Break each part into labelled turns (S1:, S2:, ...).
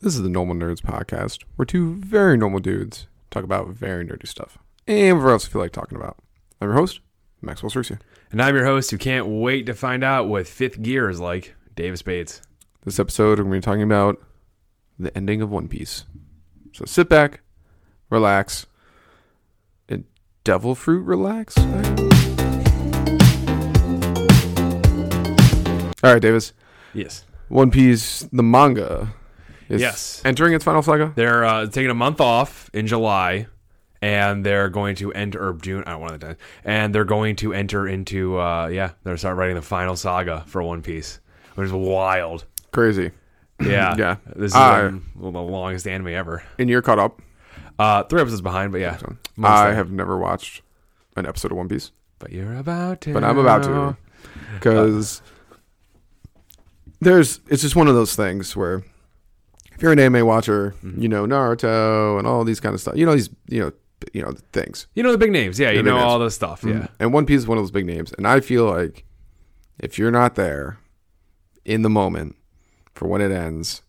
S1: This is the Normal Nerds Podcast, where two very normal dudes talk about very nerdy stuff and whatever else you feel like talking about. I'm your host, Maxwell Cercia.
S2: And I'm your host who can't wait to find out what fifth gear is like, Davis Bates.
S1: This episode, we're going to be talking about the ending of One Piece. So sit back, relax, and devil fruit relax. All right, Davis.
S2: Yes.
S1: One Piece, the manga, is
S2: Yes.
S1: entering its final saga.
S2: They're uh, taking a month off in July, and they're going to enter or June. I don't want to. And they're going to enter into uh, yeah. They're start writing the final saga for One Piece, which is wild.
S1: Crazy.
S2: Yeah,
S1: Yeah.
S2: This is
S1: I-
S2: um, the longest anime ever.
S1: And you're caught up.
S2: Uh, three episodes behind, but yeah.
S1: I
S2: mostly.
S1: have never watched an episode of One Piece,
S2: But you're about to.
S1: but I'm about to because there's it's just one of those things where if you're an anime watcher, you know Naruto and all these kind of stuff. You know these you know you know things.
S2: You know the big names, yeah. You
S1: big
S2: know
S1: names. Mm-hmm.
S2: all this stuff, yeah.
S1: And One Piece is one of those big names, and I feel like if you're not there in the moment for when it ends,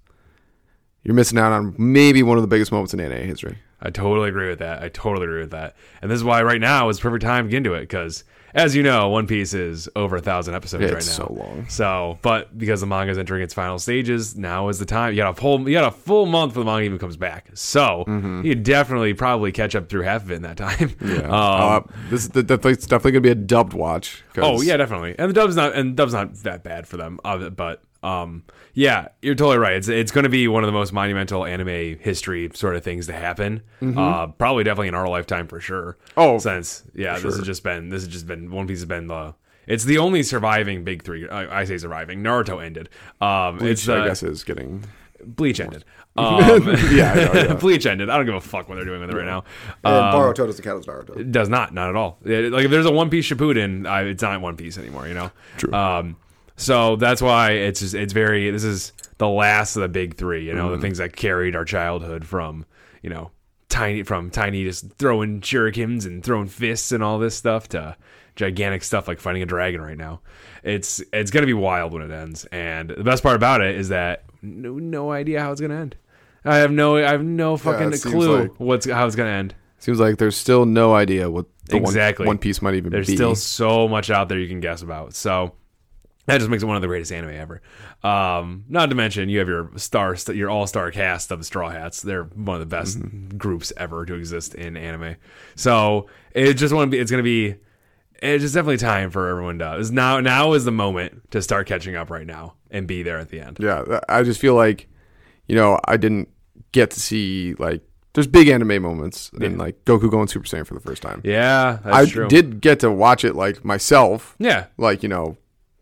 S1: you're missing out on maybe one of the biggest moments in anime history.
S2: I totally agree with that. I totally agree with that. And this is why right now is the perfect time to get into it because, as you know, One Piece is over a thousand episodes
S1: It's
S2: right now.
S1: so long.
S2: So, but because the manga's entering its final stages, now is the time. You got a full, you got a full month before the manga even comes back. So you could definitely probably catch up through half of it in that time.
S1: Mm-hmm. Yeah.
S2: Um,
S1: uh, this is the, the, it's definitely gonna be a dubbed watch. 'cause-
S2: Oh yeah, definitely. And the dub's not and dub's not that bad for them, uh, but um, yeah, you're totally right. It's it's going to be one of the most monumental anime history sort of things to happen. Uh, probably definitely in our lifetime for sure.
S1: Mm-hmm. Oh,
S2: since yeah, this has just been this has just been One Piece has been the it's the only surviving big three. I, I say surviving. Naruto ended. Um, it's
S1: Which I
S2: the
S1: guess is getting.
S2: Bleach ended. Um,
S1: Yeah, I know, yeah.
S2: Bleach ended. I don't give a fuck what they're doing with it right now. Um,
S1: Boruto doesn't count as Naruto.
S2: It does not, not at all. It- like if there's a One Piece Shippuden, I, it's not One Piece anymore. You know.
S1: True.
S2: Um, so that's why it's just, it's very this is the last of the big three. You know,
S1: Mm-hmm.
S2: the things that carried our childhood from you know tiny from tiny just throwing shurikens and throwing fists and all this stuff to gigantic stuff like fighting a dragon right now. It's it's gonna be wild when it ends. And the best part about it is that no, no idea how it's gonna end. I have no I have no fucking
S1: it seems
S2: clue
S1: like-
S2: what's how it's gonna end.
S1: Seems like there's still no idea what the
S2: Exactly.
S1: one, one Piece might even
S2: There's
S1: be.
S2: still so much out there you can guess about. So that just makes it one of the greatest anime ever. Um, not to mention you have your star, your all star cast of the Straw Hats. They're one of the best
S1: Mm-hmm.
S2: groups ever to exist in anime. So it just want to be. It's gonna be. It's just definitely time for everyone to. Is now now is the moment to start catching up right now and be there at the end.
S1: yeah, th- I just feel like, you know, I didn't get to see like there's big anime moments and like Goku going Super Saiyan for the first time.
S2: Yeah, that's
S1: I
S2: true.
S1: did get to watch it like myself,
S2: Yeah,
S1: like you know,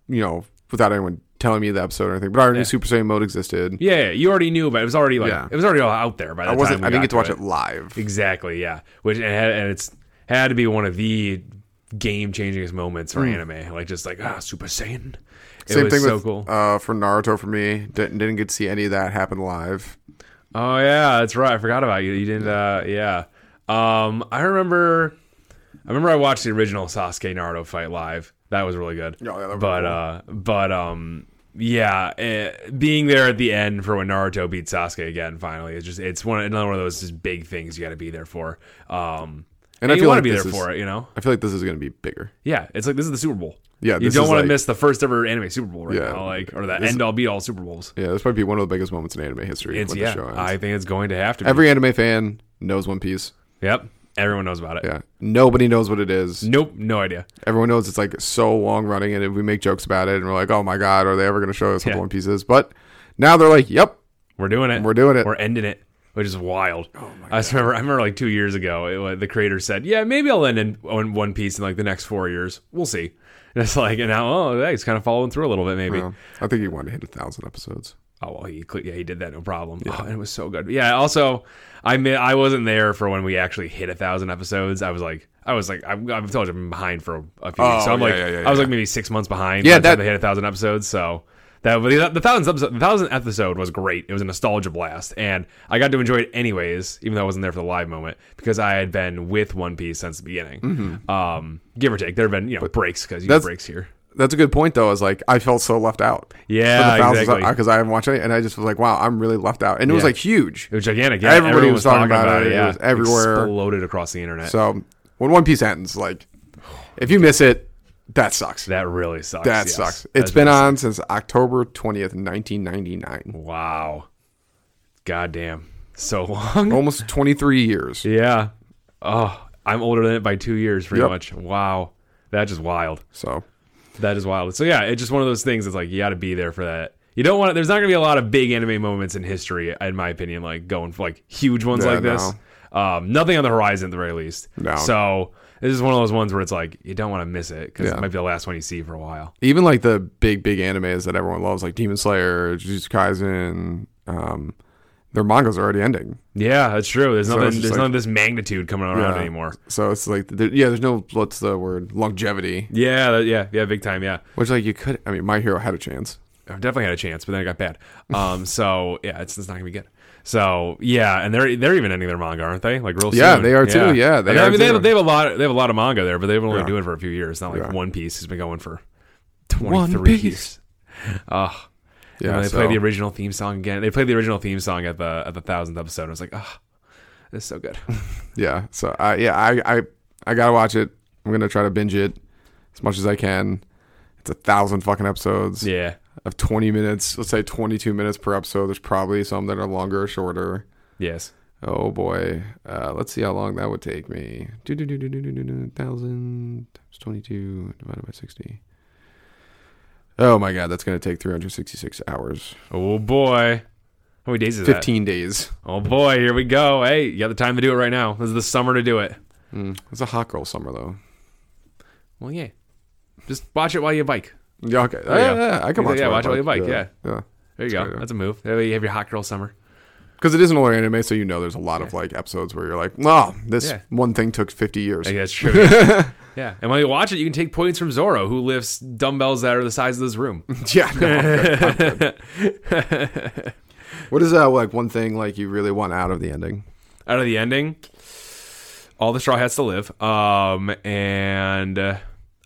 S1: you know, without anyone telling me the episode or anything. But I already knew Super Saiyan mode existed.
S2: yeah. You already knew, but it was already like
S1: Yeah.
S2: it was already all out there by the
S1: I wasn't.
S2: time we
S1: I didn't
S2: got
S1: get to watch
S2: it.
S1: it live.
S2: Exactly, yeah. Which and, had, and it's had to be one of the game changing moments for anime. Like just like ah, Super Saiyan. It
S1: Hmm. Same
S2: was
S1: thing
S2: so
S1: with
S2: cool.
S1: uh, for Naruto for me. Didn't, didn't get to see any of that happen live.
S2: Oh yeah, that's right. I forgot about you. You didn't. Uh, yeah. Um, I remember. I remember I watched the original Sasuke Naruto fight live. That was really good.
S1: Yeah, yeah, that was
S2: but uh, but um, yeah, eh, being there at the end for when Naruto beat Sasuke again, finally, it's just it's one another one of those just big things you got to be there for. Um, and,
S1: I
S2: you
S1: feel
S2: want
S1: like
S2: to be
S1: this
S2: there for it, you know.
S1: I feel like this is going to be bigger.
S2: Yeah, it's like this is the Super Bowl.
S1: Yeah,
S2: you
S1: this
S2: don't
S1: is
S2: want to
S1: like-
S2: miss the first ever anime Super Bowl right
S1: Yeah.
S2: now, like or that
S1: This-
S2: end all be all Super Bowls.
S1: Yeah, this might be one of the biggest moments in anime history.
S2: It's
S1: when
S2: yeah,
S1: the show ends.
S2: I think it's going to have to. Be.
S1: Every anime fan knows One Piece.
S2: yep, everyone knows about it.
S1: Yeah, nobody knows what it is.
S2: Nope, no idea.
S1: Everyone knows it's like so long running, and we make jokes about it, and we're like, "Oh my god, are they ever going to show us what
S2: Yeah.
S1: One Piece is?" But now they're like, "Yep,
S2: We're doing it.
S1: We're doing it. Oh
S2: We're ending it, which is wild. I just remember, I remember like two years ago, it, wa- the creator said, "Yeah, maybe I'll end in on One Piece in like the next four years. We'll see." And it's like, and now, oh, yeah, he's kind of following through a little bit, maybe.
S1: Well, I think you want to hit a thousand episodes."
S2: Oh well, he cle- yeah he did that no problem. Oh, and it was so good. Yeah. Also, I mi- I wasn't there for when we actually hit a thousand episodes. I was like I was like I'm, I've told you I'm behind for a few.
S1: Oh,
S2: weeks. so I'm
S1: yeah,
S2: like
S1: yeah, yeah,
S2: I was
S1: yeah.
S2: like maybe six months behind.
S1: Yeah,
S2: by the time
S1: that-
S2: they hit a thousand episodes. So that but the, the thousandth episode the thousandth episode was great. It was a nostalgia blast, and I got to enjoy it anyways, even though I wasn't there for the live moment because I had been with One Piece since the beginning, um, give or take. There have been you know breaks because you have
S1: Mm-hmm. that's-
S2: breaks here.
S1: that's a good point though. Is like I felt so left out.
S2: Yeah, exactly.
S1: because uh, I haven't watched it, and I just was like, wow, I'm really left out, and it was
S2: Yeah.
S1: like huge.
S2: It was gigantic. Yeah,
S1: Everybody
S2: everyone
S1: was talking about it. It
S2: yeah.
S1: was everywhere.
S2: Exploded across the internet.
S1: So when One Piece ends, like if you miss it, that sucks. That,
S2: that really sucks. yes.
S1: sucks.
S2: That
S1: It's been
S2: really
S1: on since October twentieth, nineteen ninety nine.
S2: sucks. Wow. Goddamn. So long.
S1: Almost twenty three years.
S2: Yeah. Oh, I'm older than it by two years, pretty
S1: Yep.
S2: much. Wow. That's just wild.
S1: So
S2: That is wild. So yeah, it's just one of those things. It's like you got to be there for that. You don't want. There's not gonna be a lot of big anime moments in history, in my opinion. Like going for like huge ones
S1: Yeah,
S2: like this. Um, nothing on the horizon at the very least.
S1: No.
S2: So this is one of those ones where it's like you don't want to miss it because
S1: Yeah.
S2: it might be the last one you see for a while.
S1: even like the big big animes that everyone loves, like Demon Slayer, Jujutsu Kaisen, um, their mangas are already ending.
S2: Yeah, that's true. There's
S1: So it's
S2: nothing.
S1: just
S2: There's
S1: like-
S2: none of this magnitude coming around
S1: Yeah.
S2: anymore.
S1: So it's like, there, yeah, there's no what's the word longevity,
S2: Yeah, that- yeah, yeah. Big time. Yeah.
S1: which like you could. I mean, My Hero had a chance.
S2: I definitely had a chance, but then it got bad. Um, so yeah, it's, it's not gonna be good. So yeah, and they're they're even ending their manga, aren't they? Like real
S1: Yeah,
S2: soon.
S1: they are too. Yeah, they
S2: I mean,
S1: are
S2: I mean, they,
S1: too.
S2: Have, they have a lot. They have a lot of manga there, but they've been only
S1: Yeah.
S2: doing it for a few years. It's not like
S1: Yeah.
S2: One Piece has been going for
S1: One
S2: twenty three
S1: Piece.
S2: years. Ugh. And
S1: Yeah,
S2: when they
S1: so-
S2: play the original theme song again. They played the original theme song at the at the thousandth episode. I was like, ah, this is so good.
S1: yeah. So I yeah, I, I I gotta watch it. I'm gonna try to binge it as much as I can. It's a thousand fucking episodes
S2: yeah,
S1: of 20 minutes. Let's say 22 minutes per episode. There's probably some that are longer or shorter.
S2: yes.
S1: Oh boy. Uh, let's see how long that would take me. Do do do do do do do do. Thousand times twenty-two divided by sixty. Oh my god, that's gonna take 366 hours.
S2: Oh boy, how many days is that?
S1: 15 days.
S2: Oh boy, here we go. Hey, you got the time to do it right now. This is the summer to do it. Hmm.
S1: Mm. It's a hot girl summer though.
S2: Well, yeah. Just watch it while you bike.
S1: Yeah, okay.
S2: There you
S1: yeah,
S2: go.
S1: yeah, I can
S2: Yeah,
S1: watch.
S2: watch it
S1: while I
S2: while you bike,
S1: yeah.
S2: There you
S1: That's
S2: go.
S1: right, yeah.
S2: That's a move. That way you have your hot girl summer.
S1: Because it is an older anime, so you know there's a lot of like episodes where you're like, "Wow, this
S2: Yeah.
S1: one thing took 50 years."
S2: I guess true. Yeah. Yeah. And when you watch it, you can take points from Zoro, who lifts dumbbells that are the size of this room.
S1: yeah. no, I'm good, I'm good. what is that like one thing like you really want out of the ending?
S2: Out of the ending, all the straw hats to live. Um, and uh,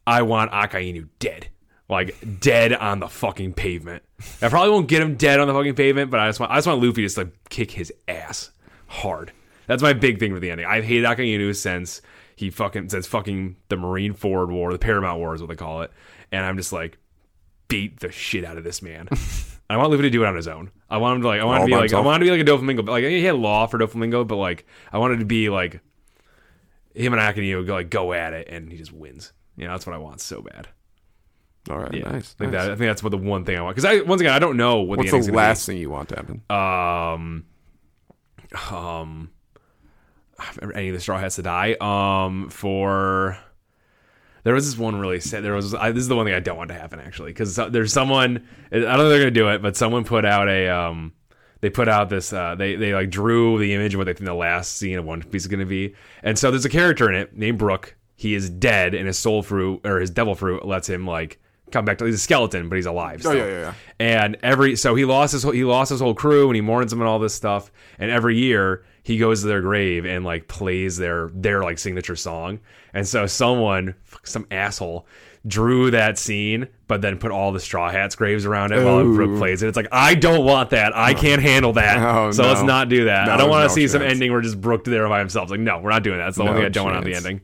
S2: I want Akainu dead. Like dead on the fucking pavement. I probably won't get him dead on the fucking pavement, but I just want I just want Luffy to just like kick his ass hard. That's my big thing with the ending. I've hated Akainu since he fucking since fucking the Marine Forward War, the Paramount War is what they call it. And I'm just like, beat the shit out of this man. I want Luffy to do it on his own. I want him to like I want him
S1: All
S2: to be
S1: by
S2: like
S1: himself?
S2: I want him to be like a Doflamingo. Like he had law for Doflamingo, but like I wanted to be like him and Akainu go like go at it and he just wins. You know, that's what I want so bad.
S1: All right,
S2: Yeah.
S1: nice.
S2: I think,
S1: nice.
S2: That, I think that's what the one thing I want. Because I once again I don't know what
S1: What's
S2: the
S1: the,
S2: ending's gonna Oh,
S1: last thing you want to happen?
S2: be. Um, any of the straw hats to die. Um, for there was this one really sad. There was I, this is the one thing I don't want to happen actually because there's someone I don't know if they're gonna do it, but someone put out a um. They put out this. Uh, they they like drew the image of what they think the last scene of One Piece is gonna be, and so there's a character in it named Brook. He is dead, and his soul fruit or his devil fruit lets him like come back to. He's a skeleton, but he's alive.
S1: Oh,
S2: still.
S1: yeah, yeah, yeah.
S2: And every so he lost his whole, he lost his whole crew, and he mourns them and all this stuff. And every year he goes to their grave and like plays their their like signature song. And so someone, fuck, some asshole, drew that scene, but then put all the Straw Hats graves around it while
S1: Ooh.
S2: Brooke plays it. It's like I don't want that. I can't handle that.
S1: No,
S2: so let's
S1: no.
S2: not do that. I
S1: No,
S2: don't want to
S1: no
S2: see some
S1: chance.
S2: ending where just Brooke there by himself. It's like no, we're not doing that. That's the one
S1: No
S2: thing I don't want on the
S1: chance.
S2: ending.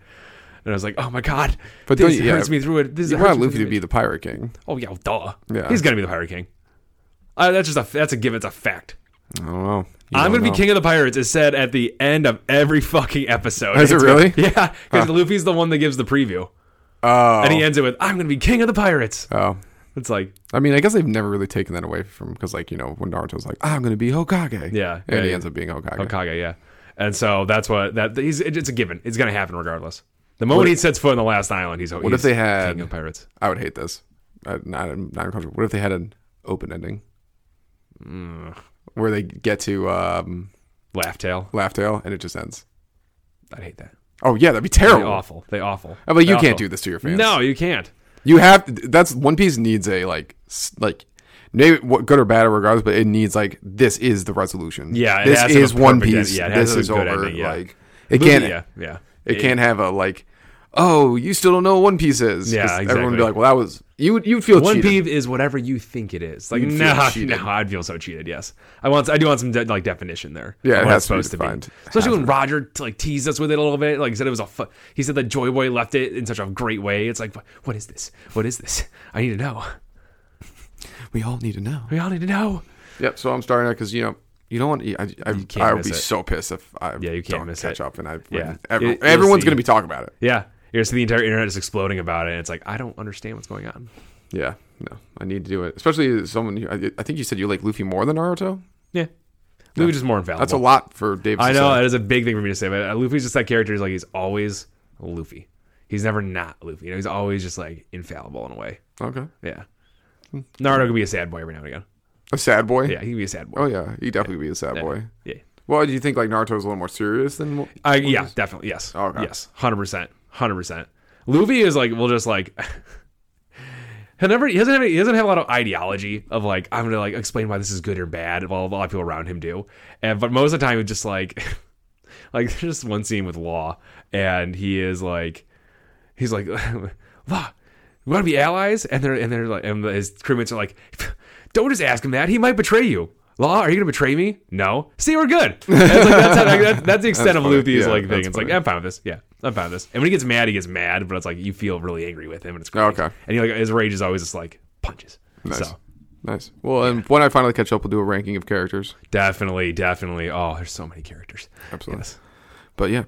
S2: And I was like, oh my god,
S1: But
S2: but
S1: don't
S2: this
S1: you- yeah.
S2: hurts me through it. This
S1: You
S2: hurts
S1: want
S2: me
S1: Luffy
S2: through
S1: to
S2: it.
S1: be the Pirate King.
S2: Oh yeah, well, duh.
S1: Yeah.
S2: He's gonna be the Pirate King. Uh, that's just a that's a given. It's a fact.
S1: I don't know. You
S2: I'm
S1: don't
S2: gonna be
S1: know.
S2: king of the pirates. Is said at the end of every fucking episode.
S1: Is it
S2: It's gonna-
S1: really?
S2: yeah, because Luffy's the one that gives the preview,
S1: Oh,
S2: and he ends it with "I'm gonna be king of the pirates."
S1: oh.
S2: It's like,
S1: I mean, I guess they've never really taken that away from because, like, you know, when Naruto's like, "I'm gonna be Hokage,"
S2: Yeah,
S1: and
S2: yeah,
S1: he
S2: yeah.
S1: ends up being Hokage.
S2: Hokage, yeah. And so that's what that he's. It's a given. It's gonna happen regardless. The moment he sets foot on the last island, he's.
S1: What if they had-
S2: king of the pirates?
S1: I would hate this. I, not not comfortable. What if they had an open ending where they get to um,
S2: Laugh tail.
S1: Laugh Tale and it just ends?
S2: I'd hate that.
S1: Oh yeah, that'd be
S2: They
S1: terrible.
S2: awful. They awful.
S1: I'm like,
S2: They
S1: you can't
S2: awful.
S1: do this to your fans.
S2: No, you can't.
S1: you have. To, that's One Piece needs a like s- like. Maybe what good or bad, or regardless, but it needs like this is the resolution.
S2: Yeah, it
S1: this
S2: has to have
S1: is
S2: a
S1: One
S2: perfect
S1: Piece.
S2: end- yeah, it has
S1: this
S2: to have
S1: is
S2: a good
S1: over.
S2: ending, yeah.
S1: Like it can't.
S2: Yeah, yeah.
S1: It can't have a like oh, you still don't know what One Piece is. 'Cause
S2: Yeah,
S1: Everyone would be
S2: exactly.
S1: like, well, that was you would you would feel
S2: One
S1: cheated.
S2: peeve is whatever you think it is. Like
S1: You'd feel
S2: no,
S1: cheated.
S2: no, I'd feel so cheated. Yes, I want. I do want some de- like definition there.
S1: Yeah,
S2: of
S1: it
S2: what
S1: has
S2: it's
S1: to be
S2: supposed
S1: defined. It
S2: Especially
S1: has
S2: when Roger like teased us with it a little bit. Like he said, it was a. Fu- he said that Joy Boy left it in such a great way. It's like, "Wh- what is this? What is this? I need to know.
S1: We all need to know.
S2: We all need to know.
S1: Yep. So I'm starting out because you know you don't want. e, I I,
S2: can't
S1: I would
S2: miss
S1: be
S2: it.
S1: so pissed if I
S2: Yeah, you can't
S1: don't
S2: miss
S1: catch
S2: it.
S1: up and I
S2: Yeah.
S1: every-
S2: You'll- you'll
S1: everyone's
S2: see.
S1: gonna be talking about it.
S2: Yeah, you see the entire internet is exploding about it. And it's like I don't understand what's going on.
S1: Yeah. No, I need to do it. Especially as someone. Who, I, I think you said you like Luffy more than Naruto.
S2: Yeah, Luffy's just more infallible.
S1: That's a lot for David.
S2: I
S1: to
S2: know
S1: say.
S2: that is a big thing for me to say, but uh, Luffy's just that character. He's like he's always Luffy. He's never not Luffy. You know, he's always just like infallible in a way.
S1: Okay.
S2: Yeah. Naruto can be a sad boy every now and again.
S1: A sad boy.
S2: Yeah, he can be a sad boy.
S1: Oh yeah, he definitely be a sad boy.
S2: Yeah.
S1: Well, do you think like Naruto's a little more serious than? what-
S2: I, yeah, definitely. Yes.
S1: Oh, Okay.
S2: Yes. 100%. 100%. Luffy is like, we'll just like. He never he doesn't have any, he doesn't have a lot of ideology of like I'm gonna like explain why this is good or bad. Well, a lot of people around him do, and but most of the time it's just like, like there's just one scene with Law, and he is like, he's like, Law, we want to be allies, and they're and they're like, and his crewmates are like, don't just ask him that. He might betray you. Law, are you gonna betray me? No. See, we're good. And it's like, that's, how, like, that's, that's the extent of
S1: funny.
S2: Luffy's
S1: Yeah,
S2: like thing.
S1: that's
S2: It's like
S1: funny.
S2: I'm fine with this. Yeah, I'm fine with this. And when he gets mad, he gets mad, but it's like you feel really angry with him, and it's great.
S1: Okay.
S2: And he like his rage is always just like punches. So
S1: Nice. Well, and when I finally catch up, we'll do a ranking of characters.
S2: definitely, definitely. Oh, there's so many characters.
S1: Absolutely. But yeah,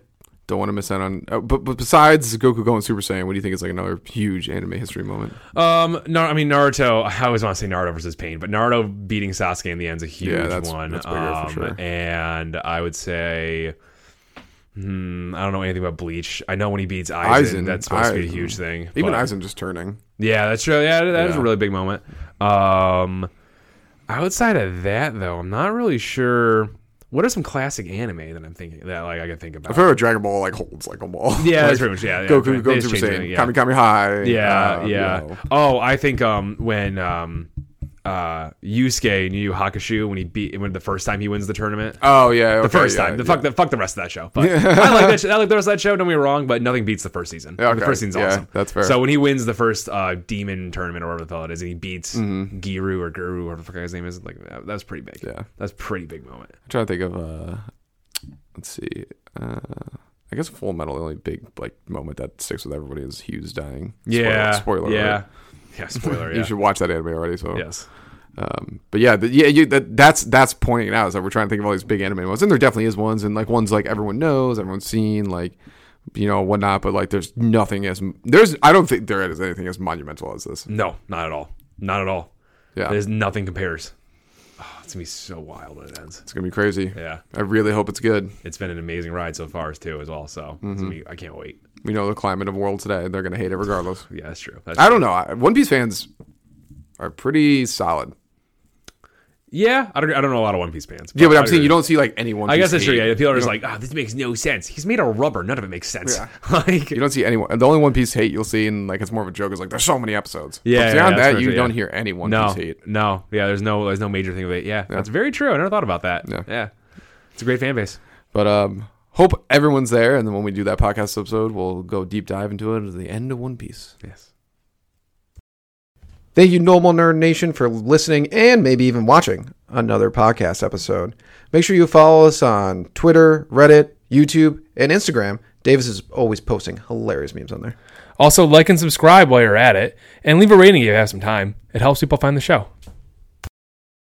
S1: don't want to miss out on. Oh, but, but besides Goku going Super Saiyan, what do you think is like another huge anime history moment?
S2: Um, no, I mean Naruto. I always want to say Naruto versus Pain, but Naruto beating Sasuke in the end's a huge
S1: Yeah, that's-
S2: one.
S1: that's bigger for
S2: Um,
S1: sure.
S2: And I would say, hmm, I don't know anything about Bleach. I know when he beats Aizen,
S1: Aizen,
S2: that's supposed to be a
S1: Aizen.
S2: huge thing.
S1: Even
S2: but-
S1: Aizen just turning.
S2: Yeah, that's true. Yeah, that is a
S1: Yeah.
S2: really big moment. Um, outside of that, though, I'm not really sure. What are some classic anime that I'm thinking that like I can think
S1: I
S2: about?
S1: feel like Dragon Ball like holds like a ball.
S2: Yeah,
S1: like,
S2: that's pretty much yeah. yeah
S1: Goku
S2: They
S1: going
S2: just
S1: Super
S2: changed
S1: Saiyan,
S2: it,
S1: Kami Kami High.
S2: yeah,
S1: uh,
S2: yeah.
S1: you know.
S2: Oh, I think um when um uh Yusuke in Yu Yu Hakusho when he beat when the first time he wins the tournament.
S1: Oh yeah, okay,
S2: the first
S1: yeah,
S2: time. The
S1: yeah.
S2: fuck the fuck the rest of that show. But I like that show. I like the rest of that show, don't get me wrong, but nothing beats the first season.
S1: Yeah,
S2: The
S1: okay.
S2: first season's
S1: Yeah,
S2: awesome.
S1: that's fair.
S2: So when he wins the first uh, demon tournament or whatever the hell it is, and he beats Giru or Guru, whatever the fuck his name is, like that, that was pretty big.
S1: Mm-hmm. Yeah.
S2: That's a pretty big moment.
S1: I'm trying to think of. uh Let's see. Uh I guess Full Metal. The only big like moment that sticks with everybody is Hughes dying. Spoiler-
S2: yeah.
S1: Spoiler.
S2: Yeah.
S1: alert.
S2: Yeah, spoiler,
S1: You
S2: yeah.
S1: should watch that anime already. So
S2: Yes.
S1: Um, but yeah, the, yeah, you, that, that's that's pointing it out. Is that we're trying to think of all these big anime ones, and there definitely is ones, and like ones like everyone knows, everyone's seen, like you know whatnot. But like, there's nothing as there's. I don't think there is anything as monumental as this.
S2: No, not at all. Not at all.
S1: Yeah,
S2: There's nothing compares. Oh, it's gonna be so wild when it ends.
S1: it's gonna be crazy.
S2: Yeah,
S1: I really hope it's good.
S2: it's been an amazing ride so far too, as well. So it's
S1: Mm-hmm.
S2: gonna be, I can't wait.
S1: We know the climate of world today; they're gonna hate it regardless.
S2: Yeah, that's true. That's
S1: I don't know. I- One Piece fans are pretty solid.
S2: yeah, I don't, I don't know a lot of One Piece fans.
S1: Yeah, but
S2: Oh, I
S1: I'm saying
S2: agree.
S1: you don't see like anyone.
S2: I guess that's true. Yeah, people are just like, oh, this makes no sense. He's made of rubber. None of it makes sense.
S1: Yeah.
S2: like,
S1: You don't see anyone. The only One Piece hate you'll see, and like it's more of a joke, is like there's so many episodes. But
S2: Yeah, yeah,
S1: beyond
S2: that's
S1: that,
S2: true,
S1: you
S2: yeah.
S1: don't hear any One
S2: no,
S1: Piece hate.
S2: no, yeah. There's no, there's no major thing with it. Yeah, that's very true. I never thought about that.
S1: Yeah.
S2: it's a great fan base.
S1: But um, hope everyone's there, and then when we do that podcast episode, we'll go deep dive into it at the end of One Piece.
S2: Yes.
S3: Thank you, Normal Nerd Nation, for listening and maybe even watching another podcast episode. Make sure you follow us on Twitter, Reddit, YouTube, and Instagram. Davis is always posting hilarious memes on there.
S4: Also, like and subscribe while you're at it, and leave a rating if you have some time. It helps people find the show.